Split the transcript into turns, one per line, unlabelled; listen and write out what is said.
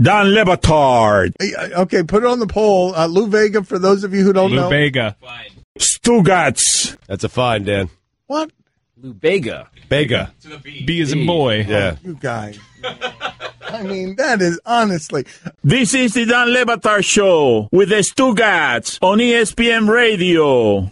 Don Lebatard,
Okay, put it on the poll. Uh, Lou Vega, for those of you who don't know.
Lubega.
Stugatz,
That's a fine, Dan.
What?
Lubega.
Bega.
B is in boy.
Yeah.
You guys. I mean, that is honestly.
E this is the Don Lebatard Show with the Stugatz on ESPN Radio.